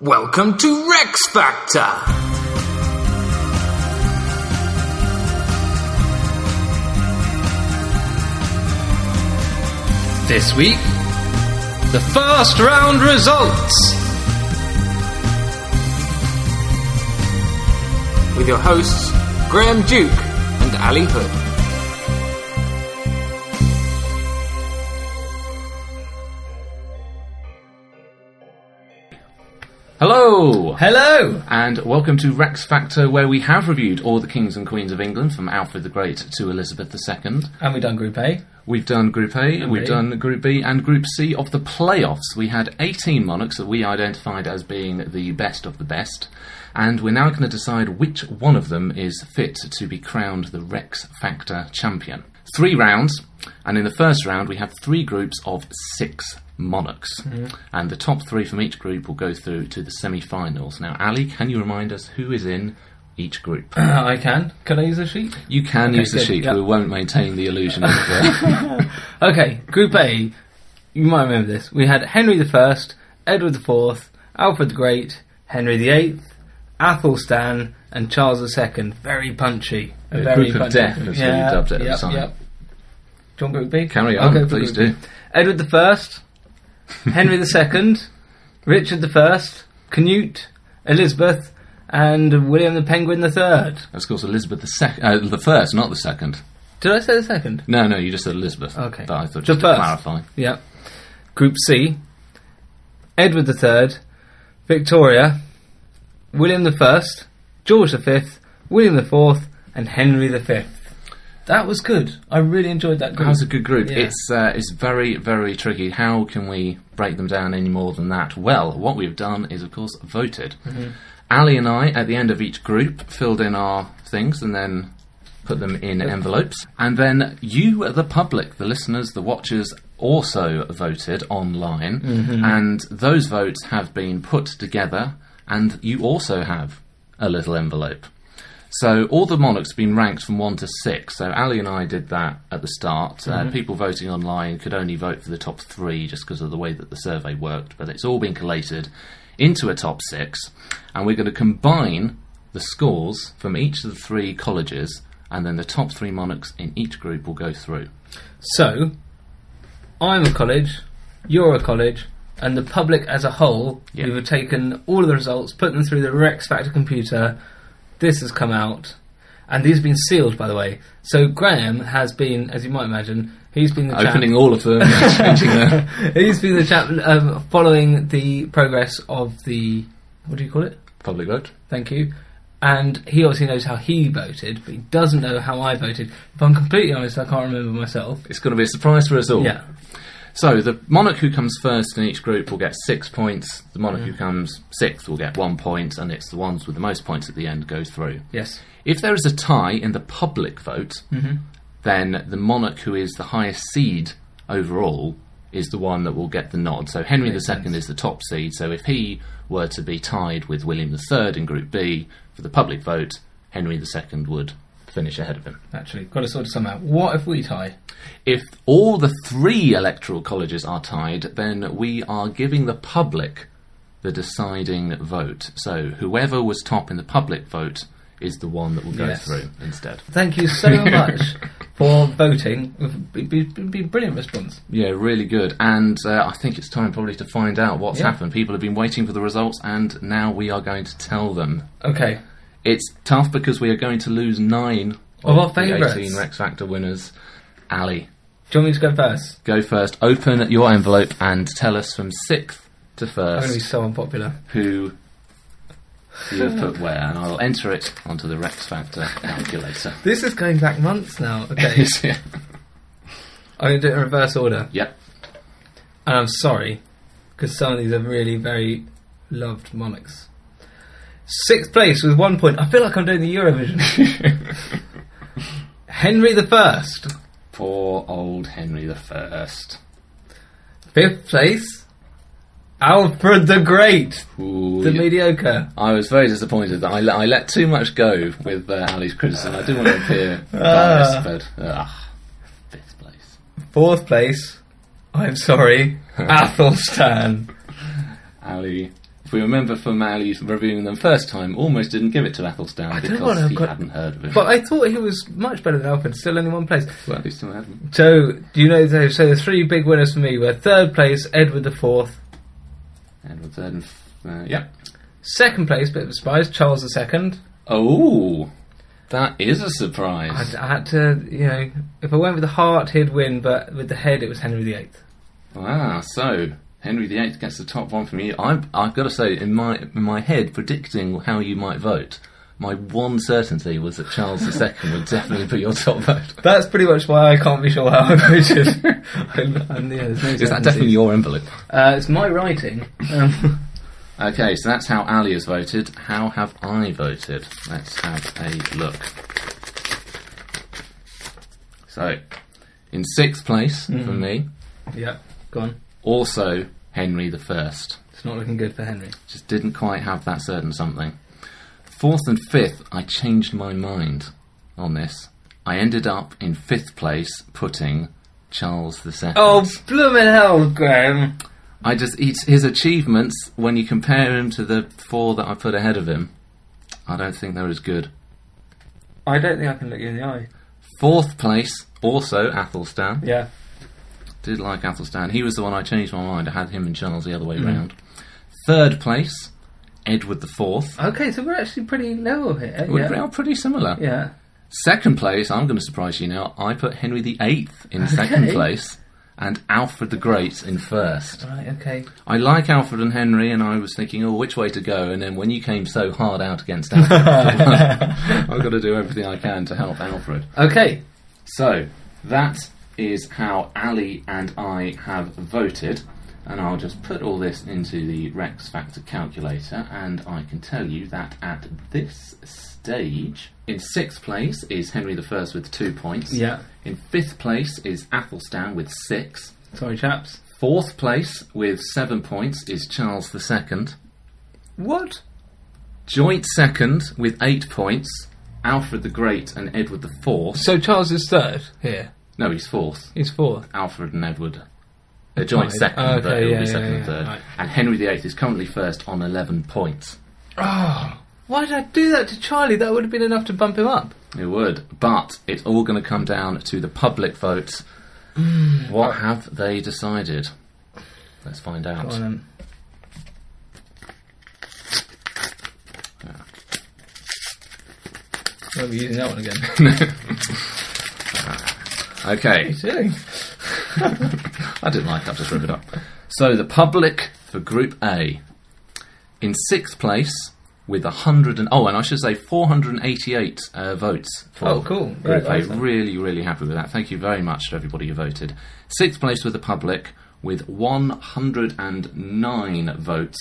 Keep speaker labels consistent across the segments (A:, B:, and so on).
A: Welcome to Rex Factor! This week, the first round results! With your hosts, Graham Duke and Ali Hood.
B: Hello!
C: Hello!
B: And welcome to Rex Factor, where we have reviewed all the kings and queens of England from Alfred the Great to Elizabeth II.
C: And we done Group A.
B: We've done Group A, we've
C: B.
B: done Group B, and Group C of the playoffs. We had 18 monarchs that we identified as being the best of the best, and we're now going to decide which one of them is fit to be crowned the Rex Factor champion. Three rounds, and in the first round, we have three groups of six monarchs.
C: Mm-hmm.
B: And the top three from each group will go through to the semi finals. Now, Ali, can you remind us who is in each group?
C: Uh, I can. Can I use a sheet?
B: You can use the
C: good,
B: sheet,
C: yeah.
B: we won't maintain the illusion of uh, the.
C: Okay, Group A. You might remember this. We had Henry I, Edward IV, Alfred the Great, Henry VIII, Athelstan, and Charles II. Very punchy.
B: The
C: very
B: group of death, as we dubbed it at the
C: yep,
B: time.
C: yep. Do you want Group B?
B: Carry
C: I'll
B: on,
C: go for
B: please do.
C: Group B. Edward I, Henry II, Richard I, Canute, Elizabeth, and William the Penguin III.
B: That's of course Elizabeth the second, uh, the first, not the second.
C: Did I say the second?
B: No, no, you just said Elizabeth.
C: Okay.
B: but I thought
C: The
B: just to
C: first.
B: clarify.
C: Yeah. Group C. Edward III, Victoria, William I, George V, William IV, and Henry V. That was good. I really enjoyed that
B: That
C: group.
B: was a good group.
C: Yeah.
B: It's uh, it's very very tricky. How can we break them down any more than that? Well, what we've done is of course voted. Ali and I, at the end of each group, filled in our things and then put them in envelopes. And then you, the public, the listeners, the watchers, also voted online. And those votes have been put together, and you also have a little envelope. So all the monarchs have been ranked from one to six. So Ali and I did that at the start. Uh, people voting online could only vote for the top three just because of the way that the survey worked. But it's all been collated into a top six, and we're going to combine the scores from each of the three colleges, and then the top three monarchs in each group will go through.
C: So, I'm a college, you're a college, and the public as a whole,
B: Yeah.
C: we've taken all of the results, put them through the Rex Factor computer. This has come out. And these have been sealed, by the way. So, Graham has been, as you might imagine, he's been the champ.
B: Opening all of them, and changing them.
C: He's been the chap um, following the progress of the what do you call it?
B: Public vote.
C: Thank you. And he obviously knows how he voted, but he doesn't know how I voted. If I'm completely honest, I can't remember myself.
B: It's going to be a surprise for us all.
C: Yeah,
B: So the monarch who comes first in each group will get six points. The monarch who comes sixth will get one point, and it's the ones with the most points at the end go through.
C: yes,
B: If there is a tie in the public vote, then the monarch who is the highest seed overall is the one that will get the nod. So Henry II is the top seed. So if he were to be tied with William III in Group B for the public vote, Henry II would finish ahead of him.
C: actually, got to sort of somehow. What if we tie?
B: If all the three electoral colleges are tied, then we are giving the public the deciding vote. So whoever was top in the public vote is the one that will go
C: Yes.
B: through instead.
C: Thank you so much for voting. It'd be, it'd be a brilliant response.
B: Yeah, really good. And uh, I think it's time probably to find out what's
C: Yeah.
B: happened. People have been waiting for the results, and now we are going to tell them.
C: Okay,
B: It's tough because we are going to lose nine
C: Of our
B: the
C: favourites.
B: 18 Rex Factor winners. Ali,
C: do you want me to go first?
B: go first. Open your envelope and tell us from sixth to
C: I'm going to be
B: first
C: so unpopular.
B: who you have put where, and I'll enter it onto the Rex Factor calculator.
C: This is going back months now. Okay, I'm going to do it in reverse order.
B: yep.
C: and I'm sorry because some of these are really very loved monarchs. Sixth place with one point. I feel like I'm doing the Eurovision. Henry the First.
B: Poor old Henry the First.
C: Fifth place. Alfred the Great,
B: Ooh,
C: the
B: yeah.
C: mediocre.
B: I was very disappointed that I, let- I let too much go with uh, Ali's criticism. I didn't want to appear
C: Ah.
B: biased, but ugh, fifth place.
C: Fourth place. I'm sorry, Athelstan.
B: Ali if we remember from Ali's reviewing them first time, almost didn't give it to Athelstan
C: I don't
B: because
C: wanna
B: he
C: put-
B: hadn't heard of it.
C: But I thought he was much better than Alfred, still only one place.
B: well, at least I hadn't.
C: So, do you know, so so the three big winners for me were third place, Edward the Fourth,
B: Edward III and f- uh, yeah.
C: second place, bit of a surprise, Charles the Second.
B: Oh, that is a
C: I,
B: surprise.
C: I had to, you know, if I went with the heart, he'd win, but with the head, it was Henry VIII.
B: Wow. So Henry VIII gets the top one from you. I've, I've got to say, in my in my head, predicting how you might vote, my one certainty was that Charles II would definitely be your top vote.
C: That's pretty much why I can't be sure how I voted. I'm, I'm, yeah, there's no
B: Is that
C: certainty.
B: definitely your envelope?
C: Uh, it's my writing. Um,
B: Okay, so that's how Ali has voted. How have I voted? Let's have a look. So, in sixth place for me,
C: yeah, gone.
B: also Henry the First.
C: It's not looking good for Henry.
B: Just didn't quite have that certain something. Fourth and fifth, I changed my mind on this. I ended up in fifth place, putting Charles the Second.
C: Oh, bloomin' hell, Graham.
B: I just eat his achievements when you compare him to the four that I put ahead of him. I don't think they're as good.
C: I don't think I can look you in the eye.
B: Fourth place, also Athelstan.
C: Yeah.
B: Did like Athelstan. He was the one I changed my mind. I had him and Charles the other
C: Mm.
B: way round. Third place, Edward the Fourth.
C: Okay, so we're actually pretty level here.
B: We're
C: Oh, yeah.
B: pretty- pretty similar.
C: yeah.
B: Second place, I'm going to surprise you now. I put Henry the Eighth in second
C: Okay.
B: place, and Alfred the Great in first.
C: Right, okay.
B: I like Alfred and Henry, and I was thinking, oh, which way to go? And then when you came so hard out against Alfred, I've got to do everything I can to help Alfred.
C: Okay.
B: So that is how Ali and I have voted. And I'll just put all this into the Rex Factor calculator, and I can tell you that at this stage, in sixth place is Henry I with two points.
C: Yeah.
B: In fifth place is Athelstan with six.
C: Sorry, chaps.
B: Fourth place with seven points is Charles II.
C: What?
B: Joint second with eight points, Alfred the Great and Edward the Fourth.
C: So Charles is third here.
B: No, he's fourth.
C: He's fourth.
B: Alfred and Edward. They're joint
C: Right.
B: second,
C: Oh,
B: but
C: okay,
B: it'll
C: yeah,
B: be
C: yeah,
B: second
C: yeah,
B: and third.
C: right.
B: And Henry VIII is currently first on 11 points.
C: Oh, why did I do that to Charlie? That would have been enough to bump him up.
B: It would, but it's all going to come down to the public vote. What have they decided? Let's find out.
C: Go on then. Won't be using that one again.
B: Okay, I didn't like that, just rip it up. So the public for Group A. In sixth place with a hundred and oh, and I should say four hundred and eighty-eight uh, votes. For
C: Oh, cool. Great,
B: Group A.
C: awesome.
B: Really, really happy with that. Thank you very much to everybody who voted. Sixth place with the public with one hundred and nine votes.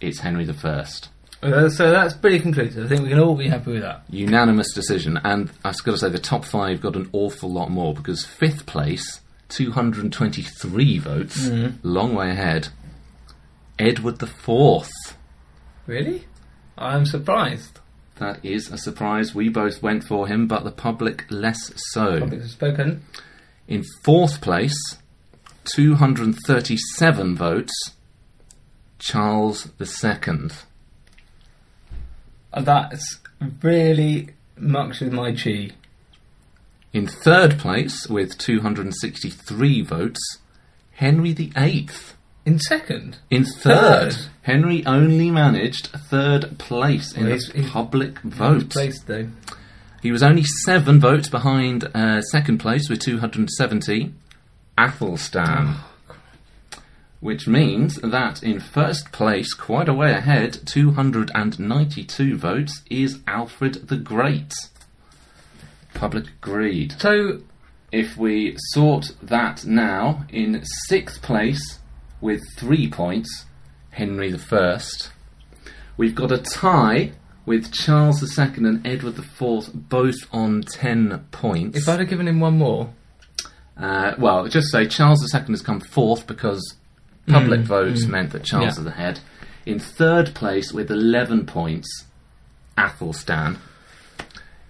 B: It's Henry the First.
C: Uh, so that's pretty conclusive. I think we can all be happy with that.
B: Unanimous decision, and I've got to say the top five got an awful lot more because fifth place, 223 votes, long way ahead. Edward the Fourth.
C: Really? I'm surprised.
B: That is a surprise. We both went for him, but the public less so.
C: Public have spoken.
B: In fourth place, 237 votes, Charles II.
C: Uh, That's really mucks with my chi.
B: In third place, with 263 votes, Henry VIII.
C: In second.
B: In third,
C: Third?
B: Henry only managed third place in
C: Well,
B: the
C: he's- he's-
B: public vote.
C: Place though.
B: He was only seven votes behind uh, second place with 270, Athelstan.
C: Oh,
B: Which means that in first place, quite a way ahead, 292 votes, is Alfred the Great. Public agreed.
C: So
B: If we sort that now, in sixth place with three points, Henry the First. We've got a tie with Charles II and Edward the Fourth, both on ten points.
C: if I'd have given him one more,
B: Uh, well, just say Charles II has come fourth because public votes meant that Charles
C: Hmm, Yeah.
B: is ahead. In third place with 11 points, Athelstan.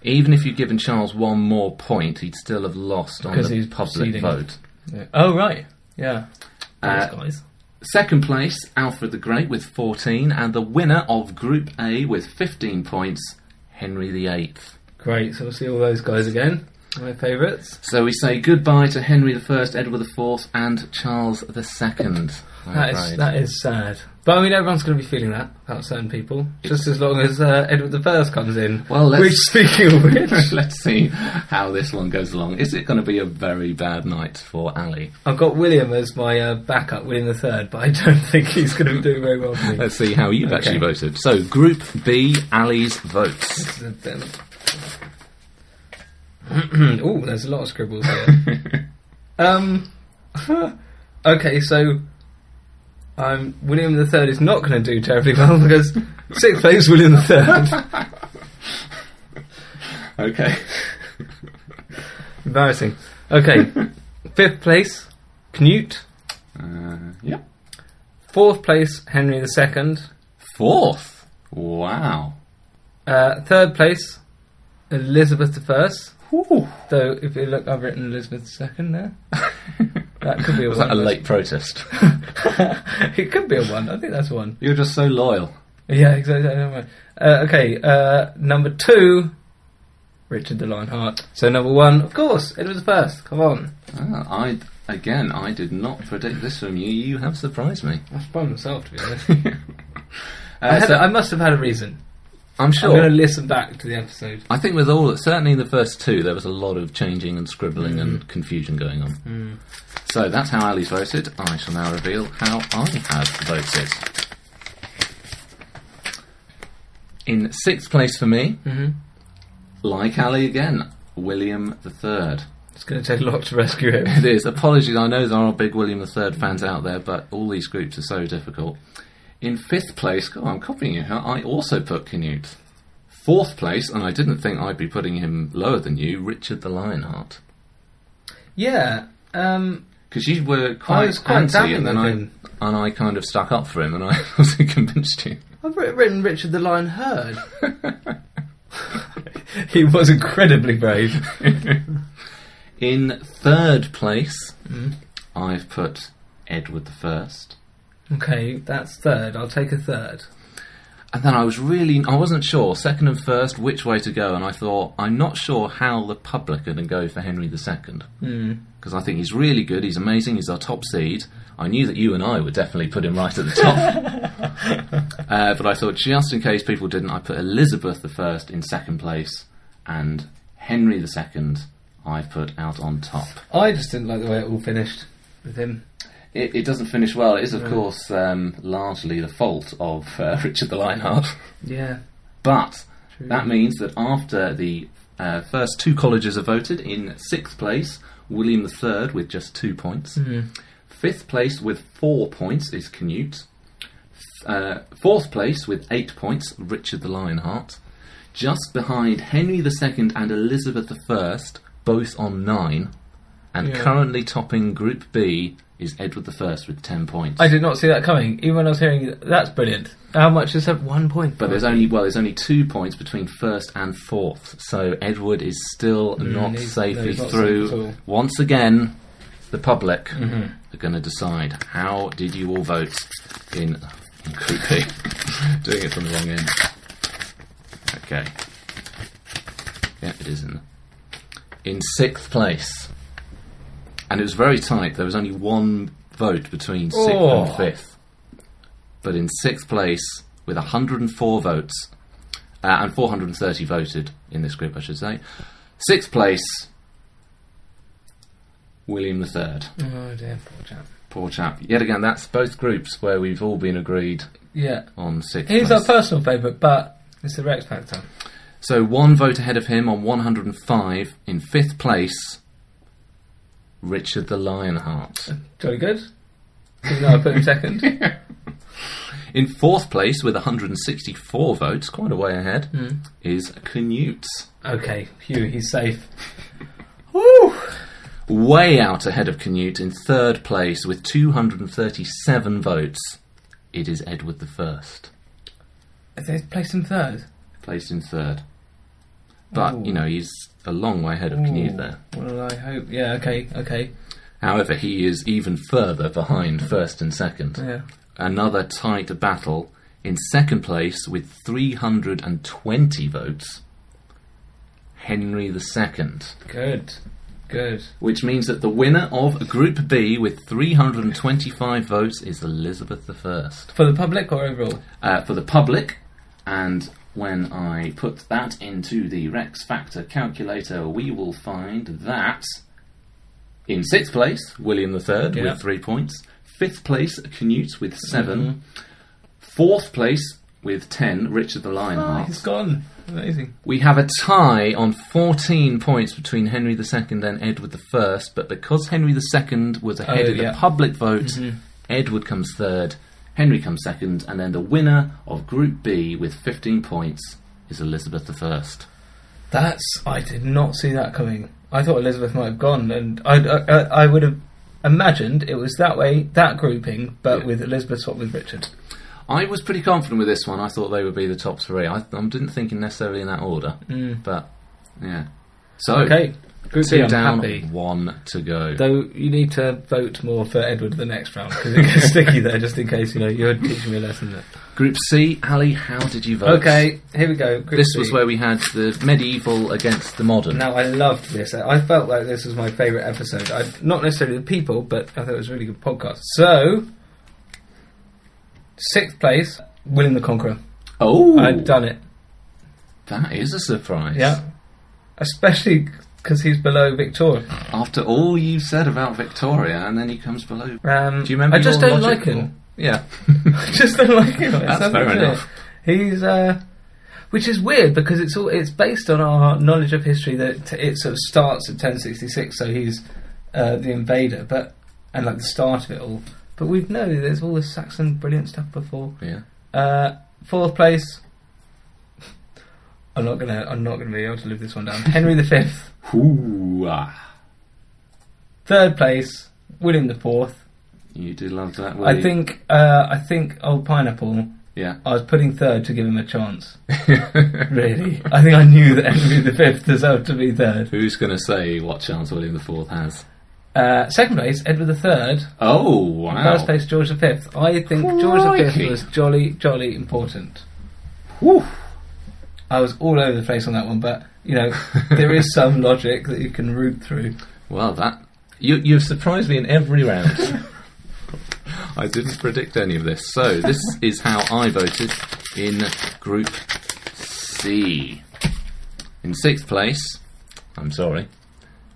B: Even if you'd given Charles one more point, he'd still have lost on
C: Because
B: the
C: he's
B: public
C: proceeding.
B: vote.
C: Oh right, yeah.
B: Uh,
C: Those guys.
B: Second place, Alfred the Great with 14, and the winner of Group A with 15 points, Henry VIII.
C: Great. So we'll see all those guys again. My favourites.
B: So we say goodbye to Henry I, Edward IV, and Charles II.
C: That is that is sad. But I mean, everyone's going to be feeling that about certain people. Just as long as uh, Edward the First comes in.
B: Well, let's-
C: which speaking of which,
B: Let's see how this one goes along. Is it going to be a very bad night for Ali?
C: I've got William as my uh, backup, William the Third, but I don't think he's going to be doing very well for me.
B: Let's see how you've actually
C: Okay.
B: voted. So, Group B, Ali's votes.
C: This is a bit- Ooh, there's a lot of scribbles here. um, okay, so um, William the Third is not going to do terribly well because sixth place William the Third.
B: Okay.
C: Embarrassing. Okay, fifth place Knut.
B: Uh, yeah.
C: Fourth place Henry the Second.
B: Fourth. Wow.
C: Uh, third place Elizabeth the First.
B: Ooh.
C: Though if you look, I've written Elizabeth the Second there. That could be a
B: Was
C: one.
B: that a late protest?
C: it could be a one. I think that's one.
B: You're just so loyal.
C: Yeah, exactly. I don't mind. Uh, okay, uh, number two, Richard the Lionheart. So number one, of course, Edward the First. Come on,
B: Ah, I again, I did not predict this from you. You have surprised me.
C: I was by myself to be honest.
B: uh,
C: I, had
B: so
C: a, I must have had a reason.
B: I'm
C: I'm
B: sure.
C: going to listen back to the episode.
B: I think with all, certainly in the first two, there was a lot of changing and scribbling and confusion going on. So that's how Ali's voted. I shall now reveal how I have voted. In sixth place for me,
C: Mm-hmm.
B: like Ali again, William the Third.
C: It's going to take a lot to rescue him.
B: It is. Apologies, I know there are big William III fans out there, but all these groups are so difficult. In fifth place, God, I'm copying you. huh? I also put Canute. Fourth place, and I didn't think I'd be putting him lower than you, Richard the Lionheart.
C: Yeah, um,
B: Because you were quite,
C: I was quite
B: anti,
C: damning
B: and then
C: with
B: I
C: him.
B: and I kind of stuck up for him, and I wasn't convinced you.
C: I've writ- written Richard the Lionheart. he was incredibly brave.
B: In third place,
C: Mm-hmm.
B: I've put Edward the First.
C: Okay, that's third. I'll take a third.
B: And then I was really, I wasn't sure, second and first, which way to go. And I thought, I'm not sure how the public are going to go for Henry II. Because I think he's really good, he's amazing, he's our top seed. I knew that you and I would definitely put him right at the top. uh, but I thought, just in case people didn't, I put Elizabeth I in second place and Henry II I put out on top.
C: I just didn't like the way it all finished with him.
B: It, it doesn't finish well. It is, of course, um, largely the fault of uh, Richard the Lionheart.
C: Yeah.
B: But that means that after the uh, first two colleges are voted, in sixth place, William III with just two points.
C: Hmm.
B: Fifth place with four points is Canute. Uh, fourth place with eight points, Richard the Lionheart. Just behind Henry II and Elizabeth I, both on nine. And
C: Yeah.
B: currently topping Group B is Edward I with ten points.
C: I did not see that coming. Even when I was hearing that's brilliant. How much is that? One point.
B: But there's only well, there's only two points between first and fourth, so Edward is still not
C: Mm, he's- no,
B: safely
C: he's not
B: through.
C: safe at all. Mm-hmm.
B: Once again, the public are going to decide how did you all vote in, in Group B? Doing it from the wrong end. Okay. Yeah, it is in in sixth place, and it was very tight. There was only one vote between sixth
C: Oh.
B: and fifth, but in sixth place with 104 votes uh, and 430 voted in this group, I should say. Sixth place, William III.
C: oh dear, poor chap.
B: Poor chap. Yet again, that's both groups where we've all been agreed
C: Yeah,
B: on sixth
C: he's our
B: place.
C: personal favourite, but it's the Rex Factor.
B: so one vote ahead of him on 105. In fifth place, Richard the Lionheart.
C: Jolly good. Even though I put him second.
B: In fourth place, with 164 votes, quite a way ahead, is Canute.
C: Okay, Hugh, he's safe. Woo!
B: Way out ahead of Canute in third place with 237 votes. It is Edward I,
C: They placed him third.
B: placed in third. But,
C: Ooh.
B: you know, he's a long way ahead of
C: Ooh,
B: Canute there.
C: Well, I hope. Yeah. Okay. Okay.
B: However, he is even further behind first and second.
C: Yeah.
B: Another tight battle in second place with 320 votes. Henry II
C: Good. Good.
B: which means that the winner of Group B with 325 votes is Elizabeth I.
C: For the public or overall?
B: Uh, for the public, and when I put that into the Rex Factor calculator, we will find that in sixth place, William III
C: Yeah.
B: with three points, fifth place, Canute with 7 fourth place with 10, Richard the
C: Ah,
B: Lionheart.
C: he's gone. Amazing.
B: We have a tie on 14 points between Henry II and Edward I, but because Henry II was ahead
C: Oh,
B: in the
C: yeah. Mm-hmm.
B: public vote, Edward comes third, Henry comes second, and then the winner of Group B with 15 points is Elizabeth I.
C: That's. I did not see that coming. I thought Elizabeth might have gone, and I, I, I would have imagined it was that way, that grouping, but
B: Yeah.
C: with Elizabeth swapped with Richard.
B: I was pretty confident with this one. I thought they would be the top three. I, I didn't think necessarily in that order,
C: Hmm.
B: but yeah. So,
C: Okay. Group
B: two
C: B, I'm
B: down,
C: happy.
B: one to go.
C: Though you need to vote more for Edward the next round because it gets sticky there, just in case you know you're teaching me a lesson. There.
B: Group C, Ali, how did you vote?
C: Okay, here we go. Group
B: This
C: C.
B: was where we had the medieval against the modern.
C: Now I loved this. I I felt like this was my favourite episode. I, not necessarily the people, but I thought it was a really good podcast. So, sixth place, William the Conqueror.
B: Oh,
C: I've done it.
B: that is a surprise.
C: Yeah, especially because he's below Victoria.
B: After all you said about Victoria, and then he comes below.
C: Um,
B: Do you remember?
C: I just
B: your
C: don't
B: logic
C: like him.
B: call? Yeah.
C: just don't like him. It's
B: That's
C: nothing
B: fair
C: to it.
B: enough.
C: He's uh, which is weird because it's all it's based on our knowledge of history that it sort of starts at 1066, so he's uh, the invader, but and like the start of it all. But we know there's all this Saxon brilliant stuff before.
B: yeah.
C: Uh, fourth place. I'm not gonna. I'm not gonna be able to live this one down. Henry V.
B: Ooh, ah.
C: Third place. William the Fourth.
B: You do love that. Will
C: I
B: you?
C: think. Uh, I think old pineapple.
B: Yeah.
C: I was putting third to give him a chance. Really? I think I knew that Henry the Fifth deserved to be third.
B: Who's going to say what chance William the Fourth has?
C: Uh, second place, Edward the Third.
B: Oh, wow.
C: First place, George the Fifth. I think George the
B: Crikey.
C: Fifth was jolly, jolly important.
B: Whew.
C: I was all over the place on that one, but you know there is some logic that you can root through.
B: Well, that you you've surprised me in every round. I didn't predict any of this. So this is how I voted in Group C. In sixth place, I'm sorry,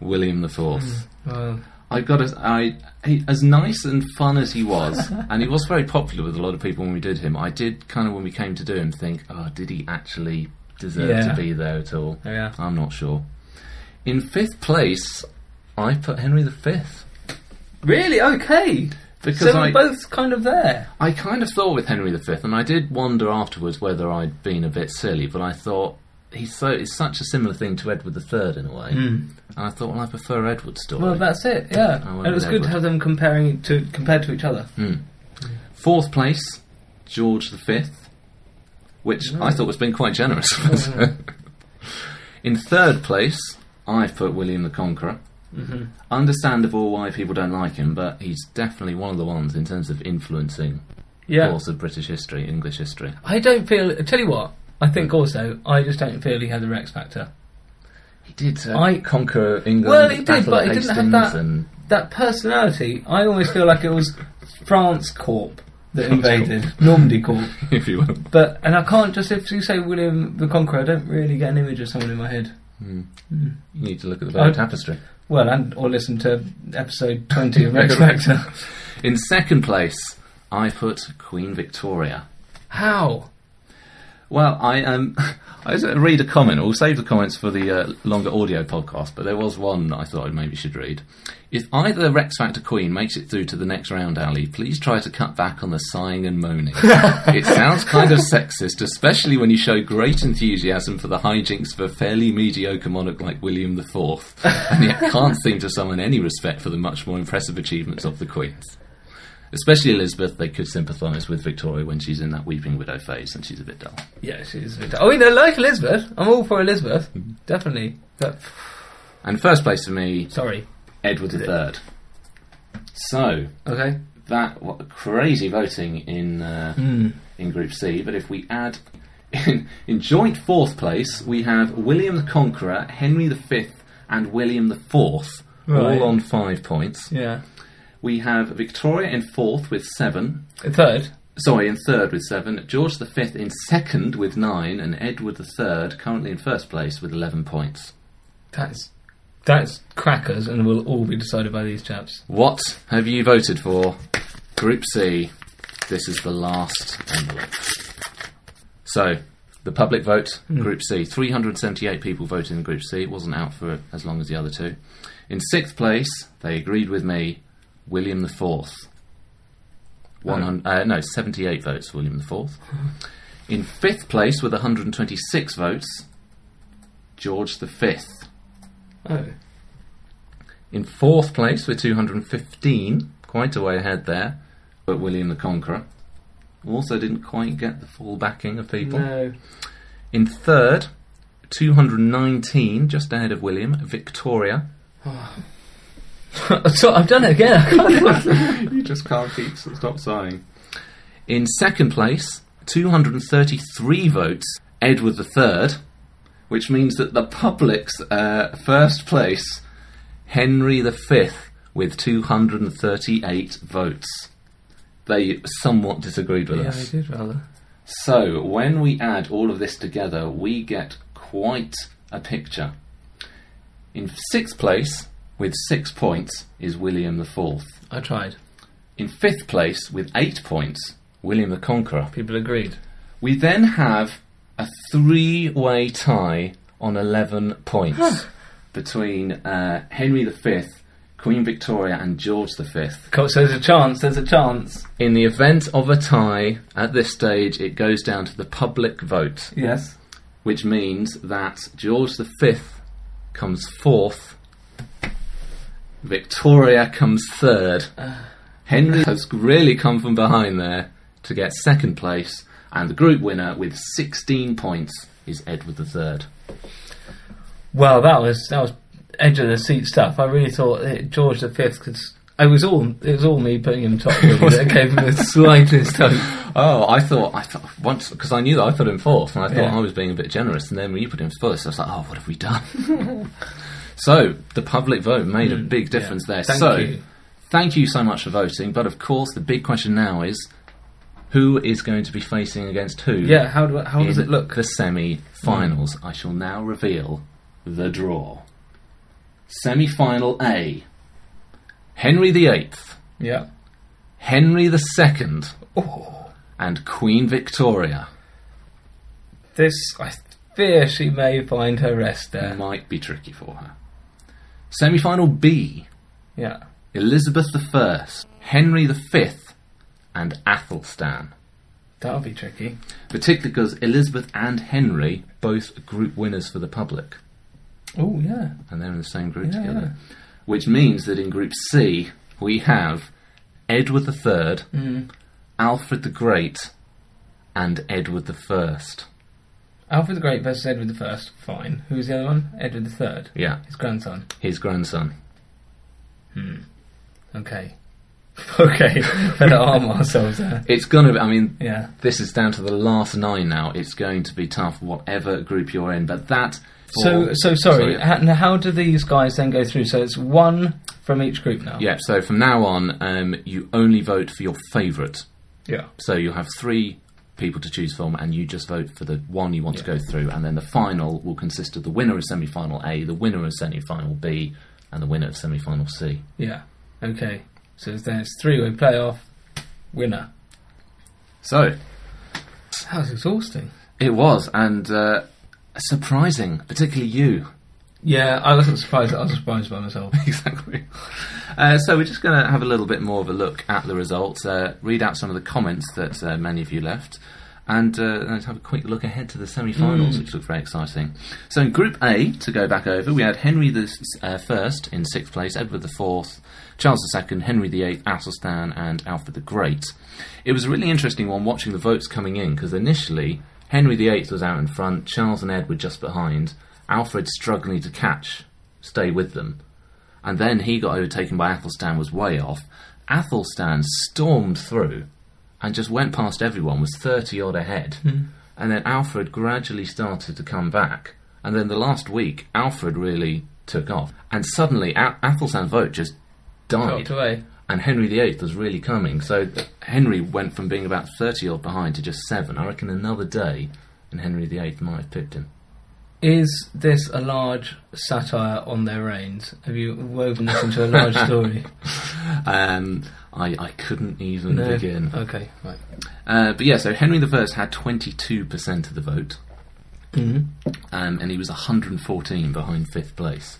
B: William the Fourth.
C: Well,
B: I've got to, I he, as nice and fun as he was, and he was very popular with a lot of people when we did him. I did kind of when we came to do him think, oh, did he actually deserve
C: Yeah.
B: to be there at all?
C: yeah.
B: I'm not sure. In fifth place, I put Henry V
C: Really? Okay.
B: because
C: So
B: I
C: we're both kind of there.
B: I kind of thought with Henry V, and I did wonder afterwards whether I'd been a bit silly, but I thought he's so it's such a similar thing to Edward III in a way, and I thought well I prefer Edward's story.
C: Hmm. Well, that's it. Yeah.
B: I went
C: And it was
B: with
C: good to
B: Edward.
C: have them comparing to compared to each other.
B: Fourth place, George V, which I
C: Hmm.
B: thought was being quite generous. In third place, I've put William the Conqueror. Mm-hmm. Understandable why people don't like him, but he's definitely one of the ones in terms of influencing
C: Yeah.
B: the course of British history, English history.
C: I don't feel. Tell you what. I think also I just don't feel he had the Rex factor.
B: He did uh,
C: I-
B: conquer England.
C: Well, he did,
B: Battle
C: but
B: of
C: he didn't have
B: Hastings
C: that-
B: And,
C: that personality, I always feel like it was France Corp that invaded Normandy Corp.
B: if you will.
C: But and I can't just if you say William the Conqueror, I don't really get an image of someone in my head.
B: You need to look at the Bow
C: I-
B: Tapestry.
C: Well, and or listen to episode twenty of Rex Factor.
B: In second place, I put Queen Victoria.
C: How?
B: Well, I um, I was gonna read a comment. We'll save the comments for the uh, longer audio podcast, but there was one that I thought I maybe should read. If either Rex Factor Queen makes it through to the next round, Ali, please try to cut back on the sighing and moaning. it sounds kind of sexist, especially when you show great enthusiasm for the hijinks of a fairly mediocre monarch like William IV, and yet can't seem to summon any respect for the much more impressive achievements of the Queens. Especially Elizabeth, they could sympathise with Victoria when she's in that weeping widow phase and she's a bit dull.
C: Yeah, she's. Oh, you know, like Elizabeth. I'm all for Elizabeth, definitely. But
B: And first place for me,
C: sorry,
B: Edward III. So
C: Okay.
B: that what, crazy voting in uh, in Group C. But if we add in, in joint fourth place, we have William the Conqueror, Henry V, and William the Fourth,
C: Right.
B: all on five points.
C: Yeah.
B: We have Victoria in fourth with seven.
C: A third.
B: Sorry, in third with seven. George V in second with nine, and Edward III currently in first place with eleven points.
C: That's that's crackers, and will all be decided by these chaps.
B: What have you voted for? Group C. This is the last envelope. So, the public vote, Group C. 378 people voted in Group C. It wasn't out for as long as the other two. In sixth place, they agreed with me, William IV. One hun- uh, no, 78 votes for William IV. In fifth place, with 126 votes, George V.
C: Oh.
B: In fourth place with 215, quite a way ahead there, but William the Conqueror. Also didn't quite get the full backing of people.
C: No.
B: In third, 219, just ahead of William, Victoria.
C: so I've done it again. I can't do it.
B: you just can't keep stop sighing. In second place, 233 votes, Edward III, which means that the public's uh, first place, Henry V, with 238 votes. They somewhat disagreed with
C: yeah, I
B: us.
C: did rather.
B: So, when we add all of this together, we get quite a picture. In sixth place, with six points, is William IV.
C: I tried.
B: In fifth place, with eight points, William the Conqueror.
C: People agreed.
B: We then have a three way tie on 11 points between uh, Henry V, Queen Victoria, and George V.
C: Cool, So there's a chance. There's a chance.
B: In the event of a tie, at this stage, it goes down to the public vote,
C: Yes.
B: which means that George V comes fourth, Victoria comes third. Henry has really come from behind there to get second place, and the group winner with 16 points is Edward III.
C: Well, that was that was edge of the seat stuff. I really thought that George V could. s- It was all it was all me putting him top. Really, that gave him the slightest hope.
B: Oh, I thought I thought once because I knew that I put him fourth, and I thought
C: Yeah.
B: I was being a bit generous. And then when you put him first, I was like, "Oh, what have we done?" so the public vote made a big difference
C: Mm, yeah.
B: there.
C: Thank
B: so
C: you.
B: thank you so much for voting. But of course, the big question now is, who is going to be facing against who?
C: Yeah. How do I, how does
B: in
C: it look? Mm.
B: The semi-finals. I shall now reveal the draw. Semi-final A. Henry VIII,
C: Yeah.
B: Henry II,
C: Oh,
B: and Queen Victoria.
C: this I fear she may find her rest there.
B: might be tricky for her. Semi final B
C: Yeah.
B: Elizabeth I, Henry V, and Athelstan.
C: That'll be tricky.
B: Particularly because Elizabeth and Henry both group winners for the public,
C: Oh yeah.
B: and they're in the same group
C: Yeah.
B: together. Which means that in Group C, we have Edward III,
C: Mm.
B: Alfred the Great, and Edward I.
C: Alfred the Great versus Edward the First. Fine. Who's the other one? Edward the Third.
B: Yeah,
C: His grandson.
B: his grandson.
C: Okay. Okay. Better arm ourselves there.
B: It's gonna be, I mean,
C: Yeah.
B: This is down to the last nine now. It's going to be tough, whatever group you're in. But that.
C: So
B: for-
C: so sorry. How, now how do these guys then go through? So it's one from each group now.
B: yeah. So from now on, um, you only vote for your favourite.
C: Yeah.
B: So you'll have three people to choose from, and you just vote for the one you want to go through. And then the final will consist of the winner of semi-final A, the winner of semi-final B, and the winner of semi-final C.
C: Yeah. Okay. So it's- then it's three-way playoff. Winner.
B: So
C: That was exhausting.
B: it was, and uh, surprising, particularly you.
C: Yeah, I wasn't surprised. I was surprised by myself.
B: exactly. Uh, so we're just going to have a little bit more of a look at the results, uh, read out some of the comments that uh, many of you left, and uh, let's have a quick look ahead to the semi-finals, which looks very exciting. So in Group A, to go back over, we had Henry the s- uh, First in sixth place, Edward the Fourth, Charles the Second, Henry the Eighth, Athelstan, and Alfred the Great. It was a really interesting one watching the votes coming in because initially Henry the Eighth was out in front, Charles and Edward just behind, Alfred struggling to catch, stay with them and then he got overtaken by Athelstan, was way off. Athelstan stormed through and just went past everyone, was 30 odd ahead. And then Alfred gradually started to come back. And then the last week, Alfred really took off. And suddenly, A- Athelstan's vote just died
C: Dropped away.
B: and Henry VIII was really coming. So Henry went from being about 30 odd behind to just seven. I reckon another day and Henry VIII might have pipped him.
C: Is this a large satire on their reigns? Have you woven this into a large story?
B: Um, I, I couldn't even begin.
C: Okay, right.
B: Uh, but yeah, so Henry I had 22% of the vote, um, and he was 114 behind fifth place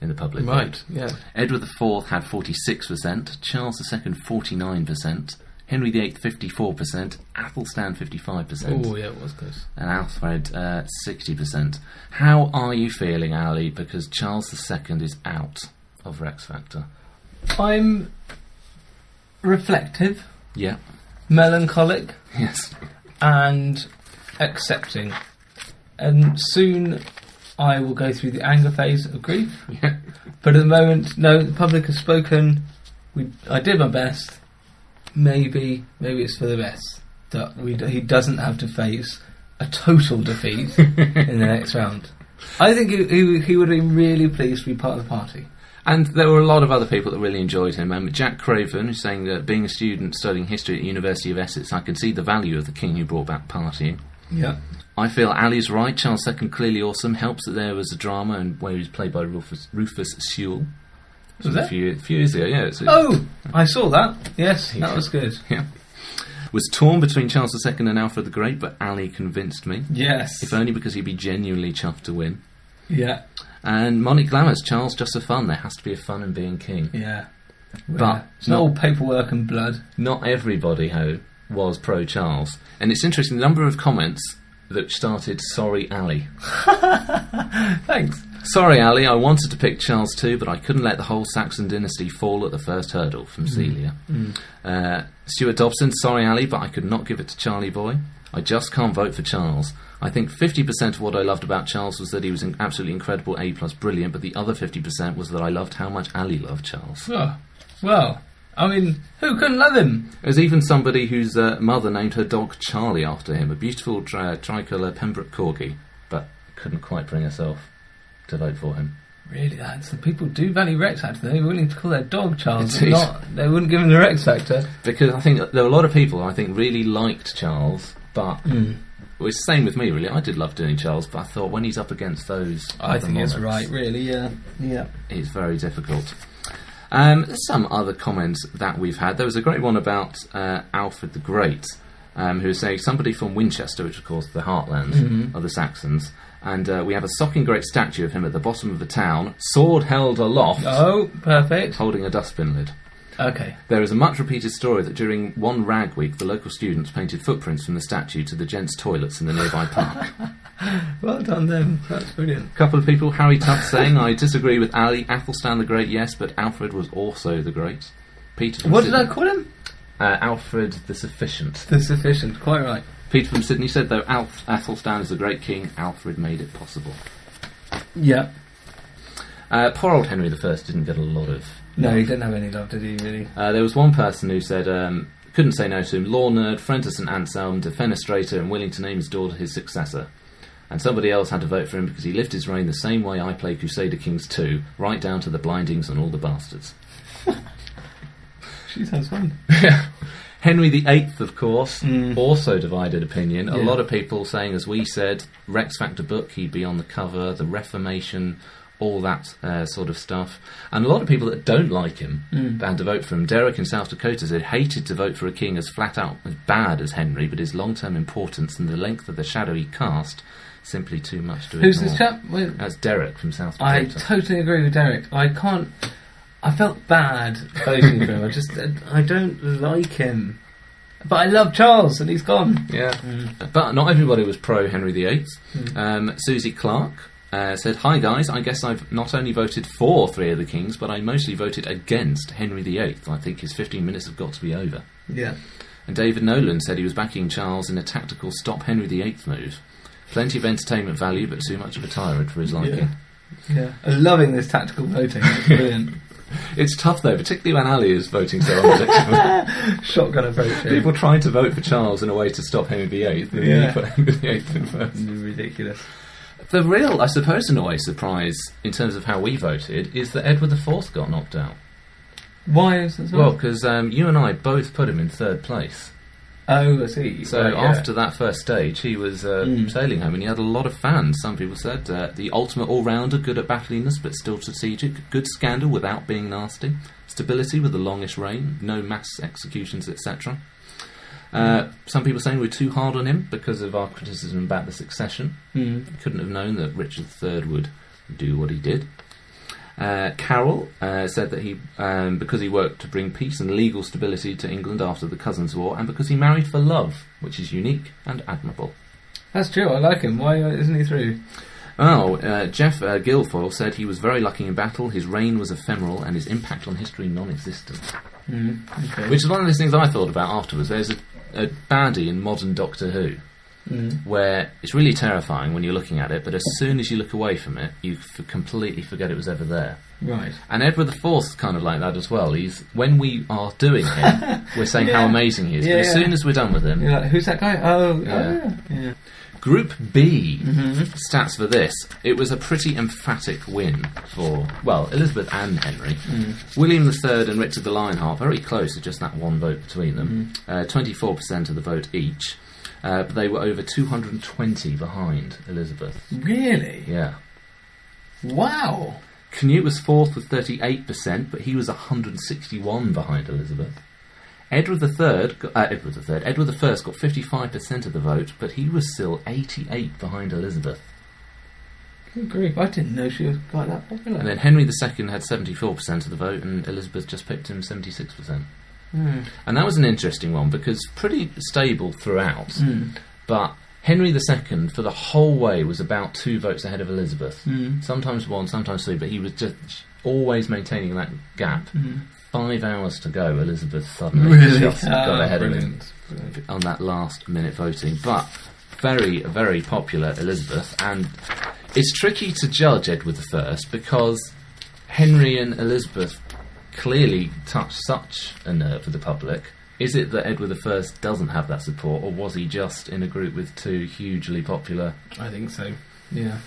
B: in the public vote.
C: Right, yeah.
B: Edward IV had 46%, Charles II 49%, Henry VIII 54%, Athelstan 55%.
C: Oh, yeah, it was close.
B: and Alfred uh, 60%. How are you feeling, Ali? Because Charles II is out of Rex Factor.
C: I'm reflective,
B: Yeah.
C: melancholic,
B: Yes.
C: and accepting. And soon I will go through the anger phase of grief.
B: Yeah.
C: But at the moment, no, the public has spoken. We, I did my best. Maybe, maybe it's for the best that we, he doesn't have to face a total defeat in the next round. I think he, he, he would have been really pleased to be part of the party.
B: And there were a lot of other people that really enjoyed him. Um, Jack Craven, who's saying that being a student studying history at the University of Essex, I can see the value of the king who brought back partying.
C: Yeah.
B: I feel Ali's right. Charles II clearly awesome. Helps that there was a drama and where he was played by Rufus, Rufus Sewell. This
C: Was
B: a
C: there?
B: few, few years ago, yeah. it's-
C: Oh, I saw that. Yes, that was good.
B: yeah. Was torn between Charles II and Alfred the Great, but Ali convinced me.
C: Yes.
B: If only because he'd be genuinely chuffed to win.
C: Yeah.
B: And Monique Glamour's Charles just for fun. There has to be a fun in being king.
C: Yeah.
B: But
C: it's not all paperwork and blood.
B: Not everybody, ho, was pro Charles. And it's interesting the number of comments that started sorry Ali.
C: Thanks.
B: Sorry Ali, I wanted to pick Charles too, but I couldn't let the whole Saxon dynasty fall at the first hurdle from Celia. Uh, Stuart Dobson, sorry Ali, but I could not give it to Charlie Boy. I just can't vote for Charles. I think 50% of what I loved about Charles was that he was an absolutely incredible A plus brilliant, but the other 50% was that I loved how much Ali loved Charles.
C: Oh, well, I mean, who couldn't love him?
B: There's even somebody whose uh, mother named her dog Charlie after him, a beautiful tri- tricolour Pembroke Corgi, but couldn't quite bring herself to vote for him.
C: Really, that's the people do value Rex Factor. They're willing to call their dog Charles. but
B: Indeed.
C: Not, they wouldn't give him the Rex Factor.
B: Because I think that there were a lot of people I think really liked Charles, but
C: Hmm.
B: well, it's the same with me really. I did love doing Charles, but I thought when he's up against those,
C: I
B: other
C: think it's
B: monarchs,
C: right, really. Yeah, yeah.
B: it's very difficult. Um, some other comments that we've had. There was a great one about uh, Alfred the Great, um, who was saying somebody from Winchester, which of course the heartland of the Saxons, and uh, we have a socking great statue of him at the bottom of the town, sword held aloft,
C: Oh, perfect.
B: holding a dustbin lid.
C: Okay.
B: There is a much repeated story that during one rag week, the local students painted footprints from the statue to the gents' toilets in the nearby park.
C: Well done, then. That's brilliant.
B: A couple of people, Harry Tuff saying, I disagree with Ali, Athelstan the Great, yes, but Alfred was also the Great. Peter from
C: What did I
B: Sydney-
C: call him?
B: Uh, Alfred the Sufficient.
C: The sufficient. Quite right.
B: Peter from Sydney said, though Alf- Athelstan is the great king, Alfred made it possible.
C: Yeah.
B: Uh, poor old Henry I didn't get a lot of.
C: No, he didn't have any love, did he? Really?
B: Uh, there was one person who said, um, couldn't say no to him, law nerd, friend to St Anselm, defenestrator, and willing to name his daughter his successor. And somebody else had to vote for him because he lived his reign the same way I play Crusader Kings 2, right down to the blindings and all the bastards.
C: She sounds fun.
B: Henry VIII, of course, also divided opinion. A
C: Mm. Yeah.
B: lot of people saying, as we said, Rex Factor book, he'd be on the cover, the Reformation, all that uh, sort of stuff. And a lot of people that don't like him but had to vote for him. Derek in South Dakota said, hated to vote for a king as flat out as bad as Henry, but his long term importance and the length of the shadow he cast simply too much to
C: Who's
B: ignore.
C: this chap? Wait,
B: That's Derek from South
C: I
B: Dakota.
C: totally agree with Derek. I can't. I felt bad voting for him. I just, I don't like him. But I love Charles, and he's gone. Mm-hmm.
B: Yeah. But not everybody was pro Henry VIII. Um, Susie Clark uh, said, Hi guys, I guess I've not only voted for three of the kings, but I mostly voted against Henry VIII. I think his 15 minutes have got to be over.
C: Yeah.
B: And David Nolan said he was backing Charles in a tactical stop Henry VIII move. Plenty of entertainment value, but too much of a tirade for his liking.
C: Yeah. I'm loving this tactical voting. It's brilliant.
B: It's tough though, particularly when Ali is voting so unpredictable.
C: Shotgun approach.
B: People tried to vote for Charles in a way to stop Henry VIII, and yeah.
C: Yeah.
B: he put Henry VIII in first.
C: Ridiculous.
B: The real, I suppose, in a way, surprise in terms of how we voted is that Edward IV got knocked out.
C: Why is that?
B: Well, because um, you and I both put him in third place.
C: oh, I see.
B: So
C: Right, yeah.
B: after that first stage, he was uh,
C: Mm.
B: sailing home, and he had a lot of fans. Some people said uh, the ultimate all-rounder, good at battliness but still strategic, good scandal without being nasty, stability with the longish reign, no mass executions, etc. Uh, Some people saying we're too hard on him because of our criticism about the succession.
C: Mm.
B: Couldn't have known that Richard III would do what he did. Uh, Carroll uh, said that he, um, because he worked to bring peace and legal stability to England after the Cousins' War, and because he married for love, which is unique and admirable.
C: That's true. I like him. Why isn't he through?
B: Oh, uh, Jeff uh, Guilfoyle said he was very lucky in battle, his reign was ephemeral, and his impact on history non existent.
C: Mm. Okay.
B: Which is one of those things I thought about afterwards. There's a, a baddie in modern Doctor Who
C: Mm.
B: where it's really terrifying when you're looking at it, but as soon as you look away from it, you f- completely forget it was ever there.
C: Right.
B: And Edward the Fourth's kind of like that as well. He's when we are doing him, we're saying how
C: Yeah.
B: amazing he is.
C: Yeah,
B: but as
C: yeah.
B: soon as we're done with him,
C: You're like, who's that guy? Oh,
B: Yeah.
C: yeah. Oh, yeah.
B: Group B
C: Mhm.
B: stats for this. It was a pretty emphatic win for well Elizabeth and Henry.
C: Mm.
B: William III and Richard the Lionheart very close to just that one vote between them.
C: Mm.
B: Uh, Twenty-four percent of the vote each. Uh, but they were over 220 behind Elizabeth.
C: Really?
B: Yeah.
C: Wow.
B: Canute was fourth with 38%, but he was 161 behind Elizabeth. Edward III, got, uh, Edward III, Edward I got 55% of the vote, but he was still 88 behind Elizabeth.
C: Good grief. I didn't know she was quite that
B: And
C: popular.
B: then Henry II had 74% of the vote, and Elizabeth just picked him 76%.
C: Mm.
B: And that was an interesting one because pretty stable throughout,
C: Mm.
B: but Henry II for the whole way was about two votes ahead of Elizabeth.
C: Mm.
B: Sometimes one, sometimes two, but he was just always maintaining that gap.
C: Mm.
B: Five hours to go, Elizabeth suddenly just got
C: Ah,
B: ahead of him
C: brilliant. Brilliant.
B: on that last minute voting. But very, very popular Elizabeth, and it's tricky to judge Edward I because Henry and Elizabeth clearly touched such a nerve with the public. Is it that Edward I doesn't have that support, or was he just in a group with two hugely popular
C: I think so. Yeah.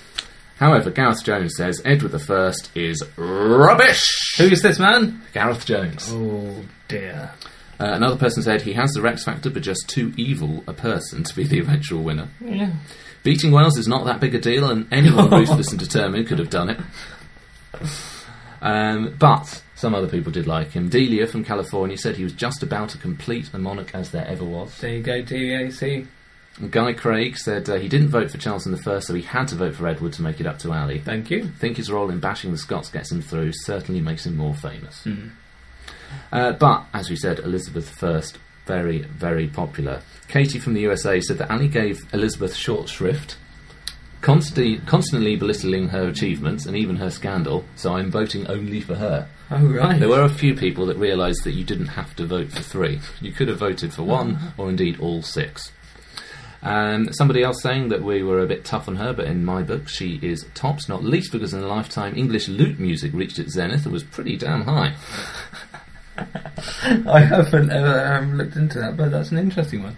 B: However, Gareth Jones says Edward I is rubbish.
C: Who is this man?
B: Gareth Jones.
C: Oh dear.
B: Uh, another person said he has the Rex factor, but just too evil a person to be the eventual winner.
C: Yeah.
B: Beating Wales is not that big a deal, and anyone ruthless and determined could have done it. Um, but some other people did like him. Delia from California said he was just about as complete a monarch as there ever was.
C: There you go, DVAC.
B: And Guy Craig said uh, he didn't vote for Charles I, so he had to vote for Edward to make it up to Ali.
C: Thank you.
B: think his role in bashing the Scots gets him through certainly makes him more famous.
C: Mm.
B: Uh, but, as we said, Elizabeth I, very, very popular. Katie from the USA said that Annie gave Elizabeth short shrift, constantly, constantly belittling her achievements and even her scandal, so I'm voting only for her.
C: Oh right.
B: There were a few people that realised that you didn't have to vote for three. You could have voted for
C: Uh-huh.
B: one, or indeed all six. Um, somebody else saying that we were a bit tough on her, but in my book, she is tops, not least because in a lifetime, English lute music reached its zenith and was pretty damn high.
C: I haven't uh, um, looked into that, but that's an interesting one.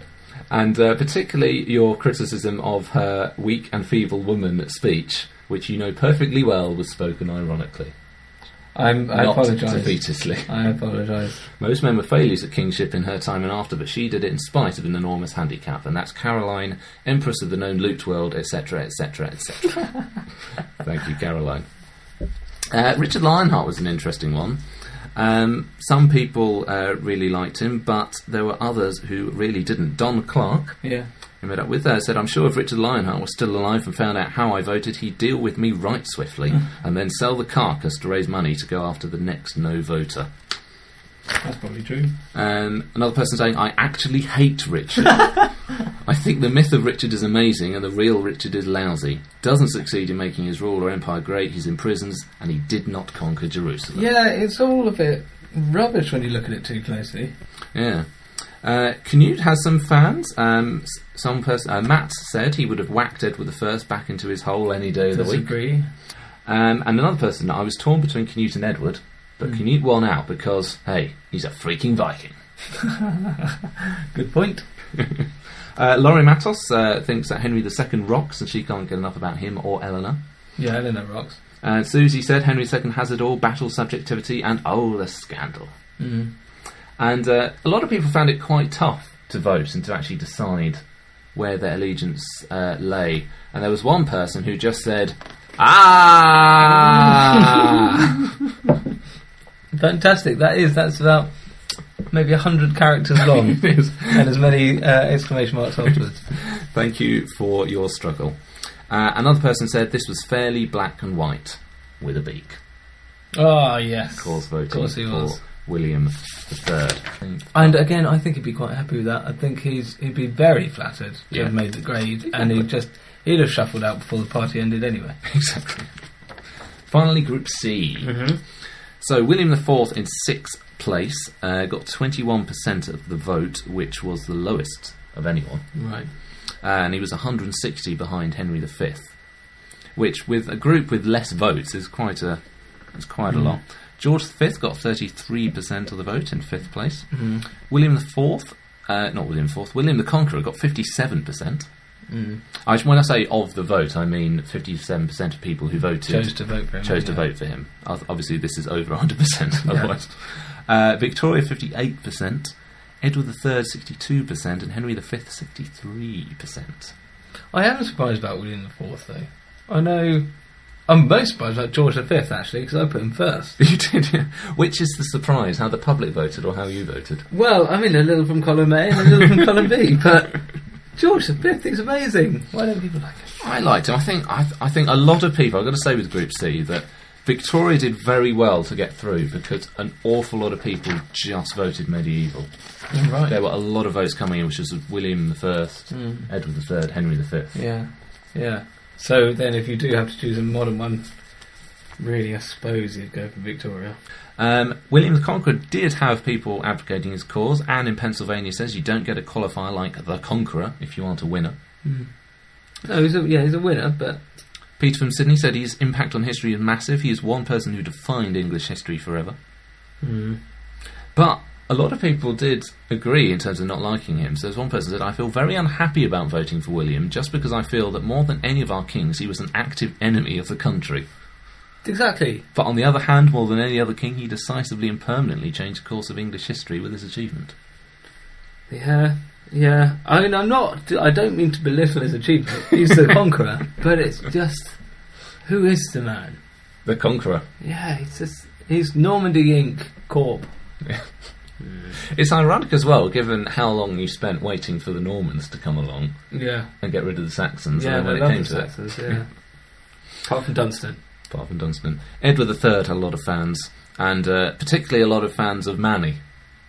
B: And uh, particularly your criticism of her weak and feeble woman speech, which you know perfectly well was spoken ironically,
C: I'm, I
B: not
C: apologise.
B: defeatistly.
C: I apologise.
B: Most men were failures at kingship in her time and after, but she did it in spite of an enormous handicap, and that's Caroline, Empress of the known loot world, etc., etc., etc. Thank you, Caroline. Uh, Richard Lionheart was an interesting one. Um, some people uh, really liked him, but there were others who really didn't. Don Clark,
C: Yeah.
B: who met up with her, said, I'm sure if Richard Lionheart was still alive and found out how I voted, he'd deal with me right swiftly and then sell the carcass to raise money to go after the next no voter.
C: That's probably true.
B: Um, another person saying, I actually hate Richard. I think the myth of Richard is amazing and the real Richard is lousy. Doesn't succeed in making his rule or empire great, he's in prisons, and he did not conquer Jerusalem.
C: Yeah, it's all a bit rubbish when you look at it too closely.
B: Yeah. Uh, Canute has some fans. Um, s- some person, uh, Matt said he would have whacked Edward I back into his hole any day of the week.
C: Disagree.
B: Um, and another person, I was torn between Canute and Edward, but Canute won out because, hey, he's a freaking Viking.
C: Good point.
B: Uh, Laurie Matos uh, thinks that Henry II rocks and she can't get enough about him or Eleanor.
C: Yeah, Eleanor rocks.
B: Uh, Susie said Henry II has it all battle, subjectivity, and oh, the scandal.
C: Mm.
B: And uh, a lot of people found it quite tough to vote and to actually decide where their allegiance uh, lay. And there was one person who just said, Ah!
C: Fantastic. That is. That's about maybe a hundred characters long
B: It is.
C: and as many uh, exclamation marks afterwards.
B: Thank you for your struggle. Uh, another person said this was fairly black and white with a beak.
C: oh yes.
B: Of course, voting
C: Of course he
B: for
C: was.
B: William III.
C: And again, I think he'd be quite happy with that. I think he's he'd be very flattered to
B: Yeah.
C: have made the grade, and he'd just he'd have shuffled out before the party ended anyway.
B: Exactly. Finally, Group C.
C: Mhm.
B: So William IV in sixth place uh, got 21% of the vote, which was the lowest of anyone,
C: Right.
B: uh, and he was 160 behind Henry V, which, with a group with less votes, is quite a is quite a lot. George V got 33% of the vote in fifth place.
C: Mm.
B: William IV, uh, not William IV, William the Conqueror got 57%.
C: Mm.
B: I, when I say of the vote, I mean 57% of people who voted
C: Chose to vote for him.
B: chose to
C: yeah.
B: vote for him. Ob- Obviously, this is over 100%.
C: Yeah.
B: Otherwise, uh, Victoria 58%, Edward III 62%, and Henry V 63%.
C: I am surprised about William the Fourth, though. I know. I'm most surprised about George V actually, because I put him first.
B: You did, yeah. which is the surprise? How the public voted or how you voted?
C: Well, I mean, a little from column A and a little from column B, but George V is amazing. Why don't people like it?
B: I liked him. I think I, I think a lot of people. I've got to say with Group C that Victoria did very well to get through because an awful lot of people just voted medieval.
C: Right.
B: There were a lot of votes coming in, which was William the First,
C: Mm.
B: Edward the Third, Henry the Fifth.
C: Yeah, yeah. So then, if you do have to choose a modern one, really, I suppose you'd go for Victoria.
B: Um, William the Conqueror did have people advocating his cause. Anne in Pennsylvania says you don't get a qualifier like the Conqueror if you aren't a winner.
C: Hmm. No, he's a, yeah, he's a winner, but
B: Peter from Sydney said his impact on history is massive. He is one person who defined English history forever.
C: Hmm.
B: But a lot of people did agree in terms of not liking him. So there's one person said, I feel very unhappy about voting for William just because I feel that more than any of our kings, he was an active enemy of the country.
C: exactly.
B: But on the other hand, more than any other king, he decisively and permanently changed the course of English history with his achievement.
C: Yeah, yeah. I mean, I'm not. I don't mean to belittle his achievement. He's the conqueror, but it's just who is the man?
B: The Conqueror.
C: Yeah, he's just he's Normandy Inc. Corp.
B: It's ironic as well, given how long you spent waiting for the Normans to come along
C: Yeah,
B: and get rid of the Saxons.
C: yeah.
B: and then when
C: They
B: it
C: love
B: came
C: the
B: to it,
C: Saxons. Yeah. Apart from Dunstan.
B: apart from Dunstan, Edward III had a lot of fans, and uh, particularly a lot of fans of Manny.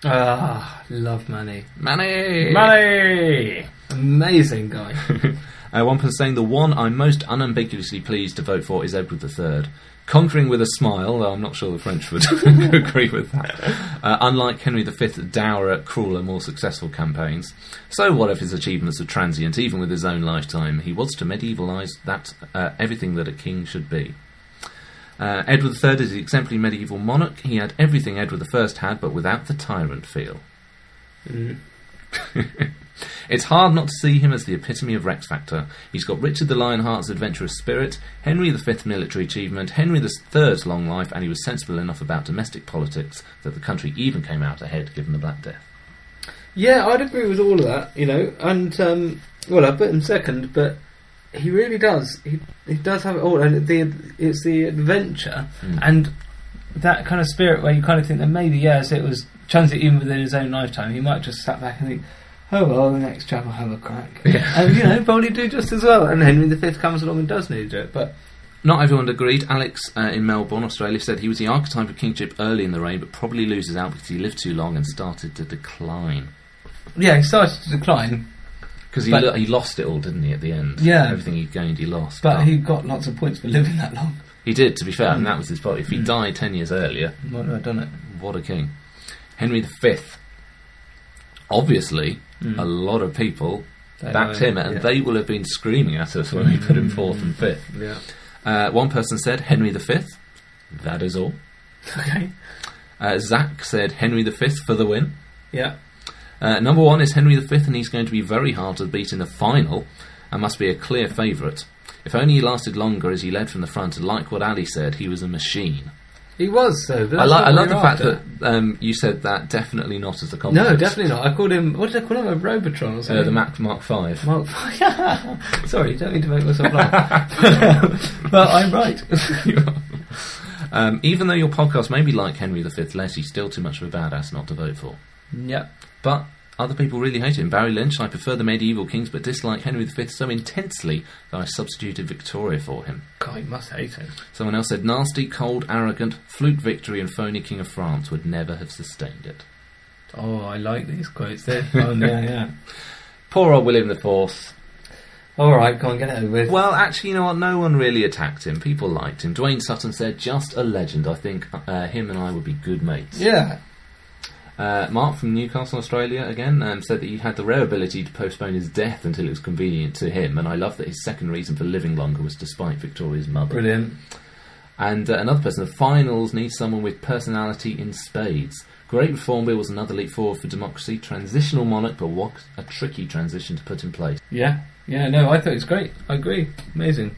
C: Ah, love money.
B: Manny,
C: Money! Amazing guy.
B: Uh, one person saying the one I'm most unambiguously pleased to vote for is Edward III. Conquering with a smile, though I'm not sure the French would agree with that. Uh, unlike Henry V's dourer, crueler, more successful campaigns. So, what if his achievements were transient, even with his own lifetime? He was to medievalise that uh, everything that a king should be. Uh, Edward III is the exemplary medieval monarch. He had everything Edward I had, but without the tyrant feel.
C: Mm.
B: It's hard not to see him as the epitome of Rex Factor. He's got Richard the Lionheart's adventurous spirit, Henry V's military achievement, Henry III's long life, and he was sensible enough about domestic politics that the country even came out ahead given the Black Death.
C: Yeah, I'd agree with all of that, you know. And um, well, I put him second, but he really does. He he does have it all, and the it's the adventure
B: Mm.
C: and that kind of spirit where you kind of think that maybe yes, it was transient even within his own lifetime. He might just sat back and think. Oh well, the next chap will have a crack, and you know probably do just as well. And Henry V comes along and does need to do it, but
B: Not everyone agreed. Alex uh, in Melbourne, Australia, said he was the archetype of kingship early in the reign, but probably loses out because he lived too long and started to decline.
C: yeah, he started to decline.
B: Because he,
C: But-
B: lo- he lost it all, didn't he, at the end?
C: Yeah.
B: Everything he gained, he lost.
C: But he got lots of points for living that long.
B: he did, to be fair, and
C: Mm.
B: that was his point. If he
C: Mm.
B: died 10 years earlier,
C: Might not have done it.
B: What a king. Henry V. Obviously, a lot of people
C: Hmm. They
B: backed
C: know
B: him, and
C: yeah.
B: they will have been screaming at us when we put him fourth and fifth.
C: Yeah.
B: Uh, one person said Henry V. That is all.
C: Okay.
B: Uh, Zach said Henry V for the win.
C: Yeah.
B: Uh, number one is Henry V, and he's going to be very hard to beat in the final and must be a clear favourite. If only he lasted longer as he led from the front, and like what Ali said, he was a machine.
C: He was, so that's
B: I, li-
C: what
B: I love
C: we're
B: the fact
C: after.
B: that um, you said that definitely not as a compliment.
C: No, definitely not. I called him. What did I call him? A Robotron or something?
B: Uh, the Mac Mark Five.
C: Mark. Sorry, don't mean to make myself laugh. but, um, but I'm right.
B: um, even though your podcast may be like Henry V less, he's still too much of a badass not to vote for.
C: yep.
B: But other people really hate him. Barry Lynch, I prefer the medieval kings, but dislike Henry V so intensely that I substituted Victoria for him.
C: God, he must hate him.
B: Someone else said, nasty, cold, arrogant, fluke victory, and phony King of France would never have sustained it.
C: Oh, I like these quotes. They're fun. yeah, yeah.
B: Poor old William IV.
C: All right, go on, get it over with.
B: Well, actually, you know what? No one really attacked him. People liked him. Dwayne Sutton said, just a legend. I think uh, him and I would be good mates.
C: yeah.
B: Uh, Mark from Newcastle, Australia, again, um, said that he had the rare ability to postpone his death until it was convenient to him, and I love that his second reason for living longer was despite Victoria's mother.
C: Brilliant.
B: And uh, another person, the finals need someone with personality in spades. Great Reform Bill was another leap forward for democracy, transitional monarch, but what a tricky transition to put in place.
C: Yeah. Yeah, no, I thought it was great. I agree. Amazing.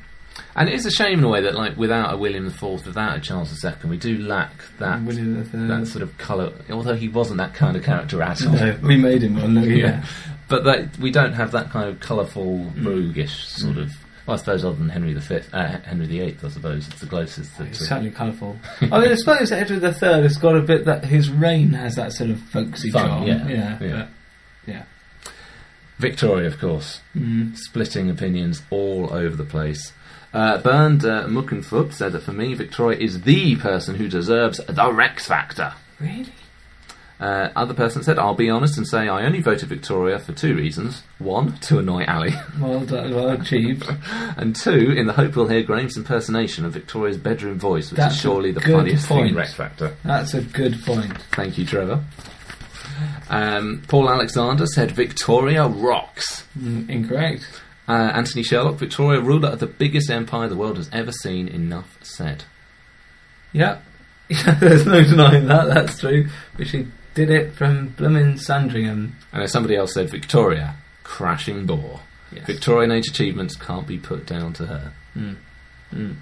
B: And it is a shame in a way that, like, without a William IV, without a Charles II, we do lack that
C: William the Third.
B: that sort of colour. Although he wasn't that kind of character at all.
C: No, we made him one.
B: yeah.
C: Yeah.
B: But that, we don't have that kind of colourful,
C: Mm.
B: roguish sort of. Well, I suppose other than Henry V, uh, Henry VIII, I suppose it's the closest. that-
C: It's certainly colourful. I mean, I suppose Edward the Third has got a bit that his reign has that sort of folksy
B: Fun,
C: charm.
B: yeah,
C: yeah,
B: yeah.
C: but- yeah.
B: Victoria, of course,
C: Mm.
B: splitting opinions all over the place. Uh, Bernd uh, Muckenfoot said that for me, Victoria is the person who deserves the Rex Factor.
C: Really?
B: Uh, other person said, I'll be honest and say I only voted Victoria for two reasons. One, to annoy Ali,
C: Well done, well achieved.
B: and two, in the hope we'll hear Graham's impersonation of Victoria's bedroom voice, which
C: That's
B: is surely
C: a
B: the
C: good
B: funniest thing in
C: point.
B: Rex Factor.
C: That's a good point.
B: Thank you, Trevor. Um, Paul Alexander said, Victoria rocks.
C: Mm, incorrect.
B: Uh, Anthony Sherlock, Victoria, ruler of the biggest empire the world has ever seen, enough said.
C: Yeah. There's no denying that. That's true. But she did it from blooming Sandringham.
B: And as somebody else said, Victoria, crashing bore.
C: Yes.
B: Victorian age achievements can't be put down to her.
C: Mm. Mm.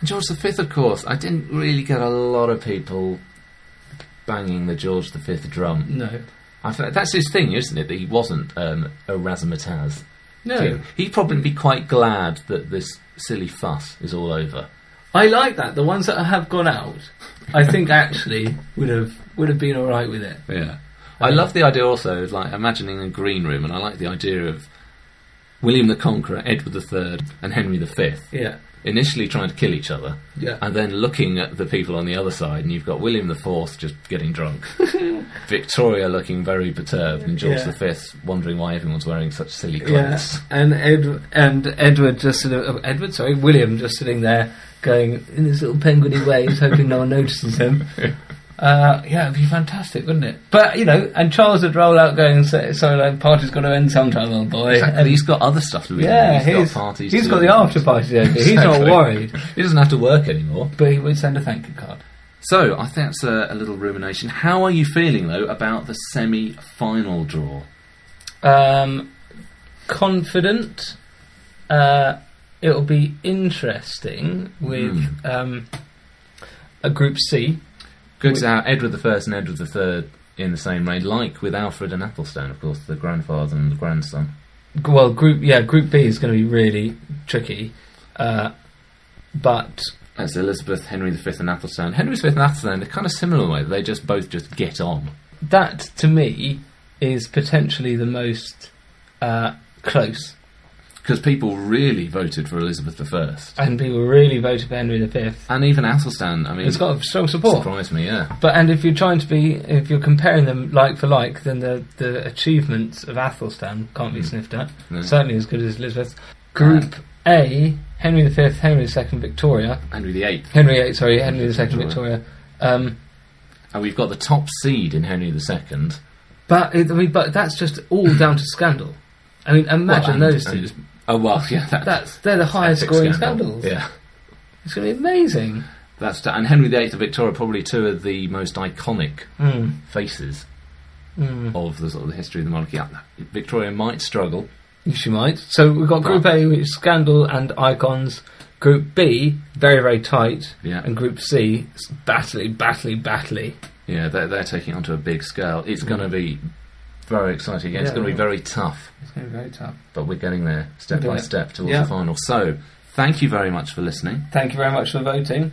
B: And George V, of course, I didn't really get a lot of people banging the George V drum.
C: No.
B: I feel, that's his thing, isn't it? That he wasn't um, a razzmatazz.
C: No.
B: He'd probably be quite glad that this silly fuss is all over.
C: I like that. The ones that have gone out, I think actually would have would have been all right with it.
B: Yeah. I love the idea also of like imagining a green room, and I like the idea of William the Conqueror, Edward III, and Henry V
C: Yeah.
B: initially trying to kill each other,
C: Yeah.
B: and then looking at the people on the other side, and you've got William IV just getting drunk, Victoria looking very perturbed, and George
C: Yeah.
B: V wondering why everyone's wearing such silly
C: Yeah,
B: clothes.
C: and Ed and Edward just sort of oh, Edward, sorry, William just sitting there going in his little penguiny ways, hoping no one notices him. Uh, yeah, it'd be fantastic, wouldn't it? But you know, and Charles would roll out going, "So, so like, party's got to end sometime, old boy."
B: Exactly.
C: And-
B: he's got other stuff to be doing.
C: yeah,
B: He's,
C: he's
B: got parties.
C: He's
B: to-
C: got the after party. Over. He's not
B: Exactly.
C: worried,
B: He doesn't have to work anymore.
C: but he would send a thank you card.
B: So, I think that's a, a little rumination. How are you feeling, though, about the semi final draw?
C: Um, confident. Uh, it'll be interesting with
B: Hmm.
C: um, a group C.
B: Good
C: With-
B: to have Edward the First and Edward the Third in the same reign, like with Alfred and Athelstane, of course, the grandfather and the grandson.
C: G- well, group yeah, group B is going to be really tricky, uh, but
B: That's Elizabeth, Henry V, and Athelstane. Henry V and Athelstane, they're kind of similar in a way. They just both just get on.
C: that to me is potentially the most uh, close,
B: Because people really voted for Elizabeth I.
C: and people really voted for Henry V.
B: And even Athelstane, I mean,
C: It's got strong support.
B: surprised me, yeah.
C: But and if you're trying to be, if you're comparing them like for like, then the the achievements of Athelstan can't be
B: Mm.
C: sniffed at.
B: No.
C: Certainly as good as Elizabeth. Group A: Henry V, Henry II, Victoria,
B: Henry VIII.
C: Henry VIII, sorry, Henry II, Victoria. Um,
B: And we've got the top seed in Henry II.
C: But it, I mean, but that's just all down to scandal. I mean, imagine
B: Well, and-
C: those
B: and
C: two.
B: it's Oh well, yeah, that,
C: That's they're the highest
B: epic
C: scoring
B: scandal.
C: scandals.
B: Yeah,
C: It's going to be amazing.
B: that's and Henry VIII and Victoria are probably two of the most iconic
C: Mm.
B: faces
C: Mm.
B: of the sort of the history of the monarchy. Uh, Victoria might struggle.
C: If you might. So we've got Group A, which is scandal and icons. Group B, very very tight,
B: Yeah,
C: and Group C, it's battly, battly, battly.
B: yeah, they're, they're taking it onto a big scale. It's going to be very exciting. It's
C: Yeah.
B: going to be very tough,
C: It's going to be very tough.
B: but we're getting there step
C: Do
B: by
C: it.
B: step towards
C: Yeah.
B: the final. So, thank you very much for listening.
C: Thank you very much for voting.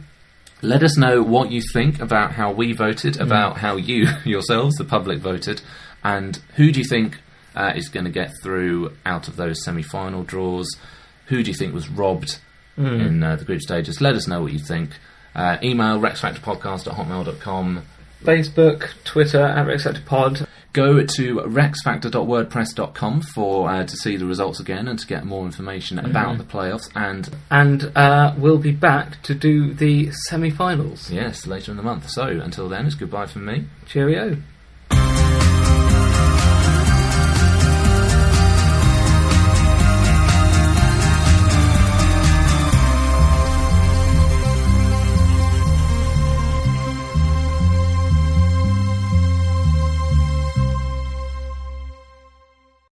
B: Let us know what you think about how we voted, about how you yourselves, the public, voted, and who do you think uh, is going to get through out of those semi final draws? Who do you think was robbed in uh, the group stages? Let us know what you think. Uh, email rexfactorpodcast at hotmail.com.
C: Facebook, Twitter at RexActorPod.
B: Go to rexfactor.wordpress.com for uh, to see the results again and to get more information about the playoffs. And
C: And uh, we'll be back to do the semi finals.
B: yes, later in the month. So until then, it's goodbye from me.
C: Cheerio.